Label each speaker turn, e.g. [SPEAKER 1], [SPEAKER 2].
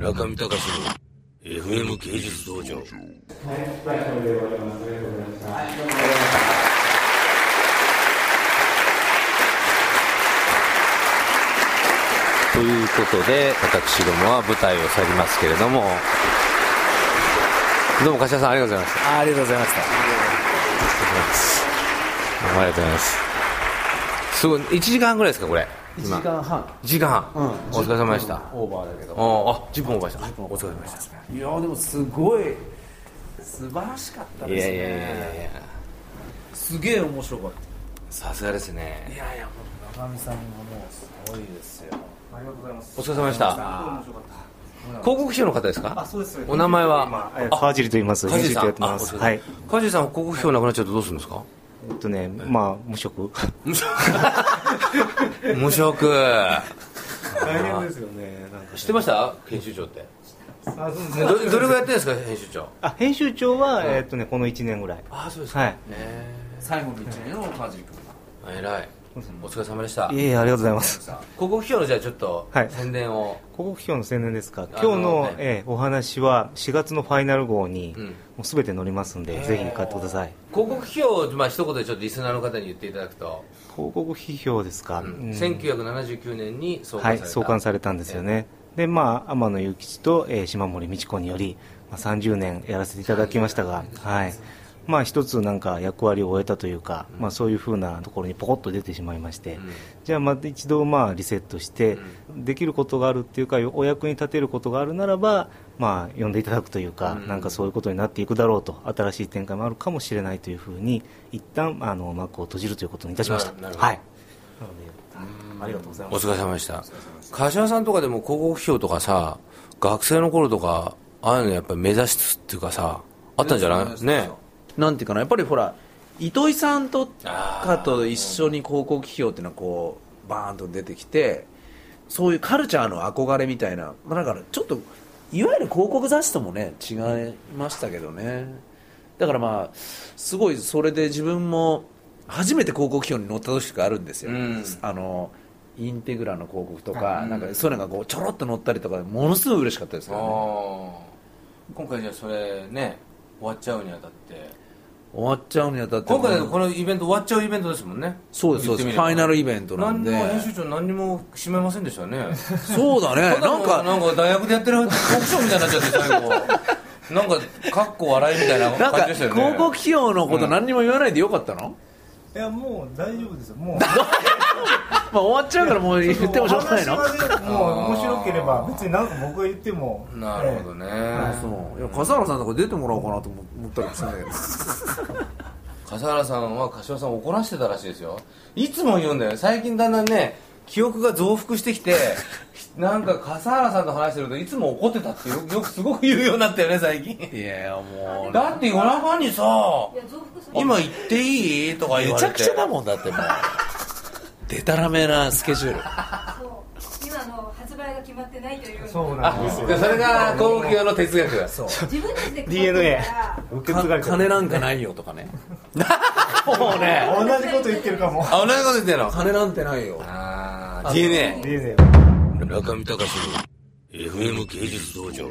[SPEAKER 1] 中見隆の FM 芸術道場。
[SPEAKER 2] はい、大丈夫で終わります。ありがとうございました。
[SPEAKER 3] ということで、私どもは舞台を去りますけれども、どうも柏さんありがとうございました。
[SPEAKER 4] あありがとうございました。
[SPEAKER 3] どうもありがとうございます。すごい、1時間半ぐらいですか、これ。
[SPEAKER 4] 1時間半。
[SPEAKER 3] 1時間半。
[SPEAKER 4] うん
[SPEAKER 3] お疲れ様でした。
[SPEAKER 4] オーバーだけど。
[SPEAKER 3] おあ、10分オーバーした。お疲れ様でした。
[SPEAKER 4] いやーでもすごい、素晴らしかった
[SPEAKER 3] い
[SPEAKER 4] です
[SPEAKER 3] や
[SPEAKER 4] ね。
[SPEAKER 3] いやいやいや
[SPEAKER 4] すげえ面白かった。
[SPEAKER 3] さすがですね
[SPEAKER 4] い。やいや、もう中見さんがもうすごいですよ。
[SPEAKER 3] お疲れ様でした。広告費用の方ですか
[SPEAKER 5] そうです
[SPEAKER 3] お名前は
[SPEAKER 5] あ川尻と言います。
[SPEAKER 3] 梶さん。
[SPEAKER 5] 編集長やってます。
[SPEAKER 3] あ
[SPEAKER 5] はい。え。
[SPEAKER 3] 梶さん、広告費用なくなっちゃうとどうするんですか
[SPEAKER 5] っとね、まあ無職。
[SPEAKER 3] 無職。
[SPEAKER 5] 大変ですよね。なんか
[SPEAKER 3] 知ってました編集長って。どどれぐらいやってるんですか、編集長。
[SPEAKER 5] あ編集長はえっとねこの一年ぐらい。
[SPEAKER 3] あそうですか。
[SPEAKER 5] はい。
[SPEAKER 3] え
[SPEAKER 4] 最後の一年の川尻君が。
[SPEAKER 3] え偉い。お疲れ様でした。
[SPEAKER 5] い
[SPEAKER 3] 広
[SPEAKER 5] えいえありがとうございます。
[SPEAKER 3] 告費用のじゃあちょっと
[SPEAKER 5] はい
[SPEAKER 3] 宣伝を。
[SPEAKER 5] 広告費用の宣伝ですか。
[SPEAKER 3] あ
[SPEAKER 5] 今
[SPEAKER 3] の
[SPEAKER 5] 日の
[SPEAKER 3] はい
[SPEAKER 5] えーお話は4月のファイナル号に
[SPEAKER 3] うん
[SPEAKER 5] もうすべて載りますんでぜひ買ってください。
[SPEAKER 3] 広告費用を、まあ、一言でちょっとリスナーの方に言っていただくと、
[SPEAKER 5] 広告費用ですか。
[SPEAKER 3] う
[SPEAKER 5] うんん
[SPEAKER 3] 1979年に創刊
[SPEAKER 5] は
[SPEAKER 3] され
[SPEAKER 5] い
[SPEAKER 3] た、
[SPEAKER 5] 創刊されたんですよね、でまあ、天野祐吉と、えー島森美智子により、まあ、30年やらせていただきましたが、はいまあ、一つなんか役割を終えたというか、まあ、そういうふうなところにポコッと出てしまいまして、じゃあまた一度まあリセットして、できることがあるっていうかお役に立てることがあるならば、まあ、呼んでいただくというか、なんかそういうことになっていくだろうと新しい展開もあるかもしれないというふうに一旦あの幕を閉じるということにいたしました。
[SPEAKER 3] なるほど
[SPEAKER 5] はいなのでありがとうございます
[SPEAKER 3] お疲れ様でした柏さんとかでも広告費用とかさ学生の頃とかああいうのやっぱり目指すっていうかさあったんじゃないね
[SPEAKER 4] なんていうかなやっぱりほら糸井さんとかと一緒に広告費用っていうのはこうバーンと出てきてそういうカルチャーの憧れみたいな、まあ、だからちょっといわゆる広告雑誌ともね違いましたけどねだからまあすごいそれで自分も初めて広告費用に乗った時があるんですよ、
[SPEAKER 3] うん
[SPEAKER 4] あのインテグラの広告とか,、なんかそういうのがこうちょろっと乗ったりとかものすごい嬉しかったですよね
[SPEAKER 3] 今回じゃあそれね終わっちゃうにあたって
[SPEAKER 4] 終わっちゃうにあたって
[SPEAKER 3] 今回だとこのイベント終わっちゃうイベントですもんね
[SPEAKER 4] そうですそ
[SPEAKER 3] 言
[SPEAKER 4] うです
[SPEAKER 3] ってみれば
[SPEAKER 4] ファイナルイベントなんで
[SPEAKER 3] 何にも編集長何にも締めませんでしたね
[SPEAKER 4] そうだね。
[SPEAKER 3] ただ
[SPEAKER 4] な
[SPEAKER 3] の
[SPEAKER 4] んか、
[SPEAKER 3] なんか大学でやってるトークショーみたいになっちゃって最後なんかかっこ笑いみたい
[SPEAKER 4] な
[SPEAKER 3] なん感
[SPEAKER 4] か、
[SPEAKER 3] じでしたよ
[SPEAKER 4] 広
[SPEAKER 3] ね
[SPEAKER 4] 告費用のこと何にも言わないでよかったの、
[SPEAKER 6] いやもう大丈夫ですよもう
[SPEAKER 4] まあ終わっちゃうからもう言ってもしょうがないの
[SPEAKER 6] お話がねもう面白ければ別に何か僕が言っても
[SPEAKER 3] なるほどね、
[SPEAKER 4] そう。いや、笠原さんとか出てもらおうかなと思思ったりもしたんだけど。
[SPEAKER 3] 笠原さんは柏さんを怒らせてたらしいですよいつも言うんだよ最近だんだんね記憶が増幅してきてなんか笠原さんと話してるといつも怒ってたってよよくすごく言うようになったよね最近
[SPEAKER 4] いやいや、もう。
[SPEAKER 3] だって夜中にさ「今行っていい?」とか言
[SPEAKER 4] め
[SPEAKER 3] わ
[SPEAKER 4] ち
[SPEAKER 3] れて
[SPEAKER 4] ゃくちゃだもんだってもう。でたらめなスケジュール。
[SPEAKER 7] そう今の発売が決まってないという
[SPEAKER 6] そう
[SPEAKER 3] あ
[SPEAKER 6] なんですよ
[SPEAKER 3] でそれが工業の哲学そう
[SPEAKER 7] 自分たちで
[SPEAKER 6] DNA
[SPEAKER 7] 決
[SPEAKER 6] 受け継がれて
[SPEAKER 4] 金
[SPEAKER 6] る
[SPEAKER 4] なんかないよとかね。もうね。
[SPEAKER 6] 同じこと言ってるかも
[SPEAKER 3] あ同じこと言ってんの
[SPEAKER 4] 金なんてないよ。
[SPEAKER 3] ああ DNA
[SPEAKER 6] DNA
[SPEAKER 1] 中見隆の FM 芸術道場。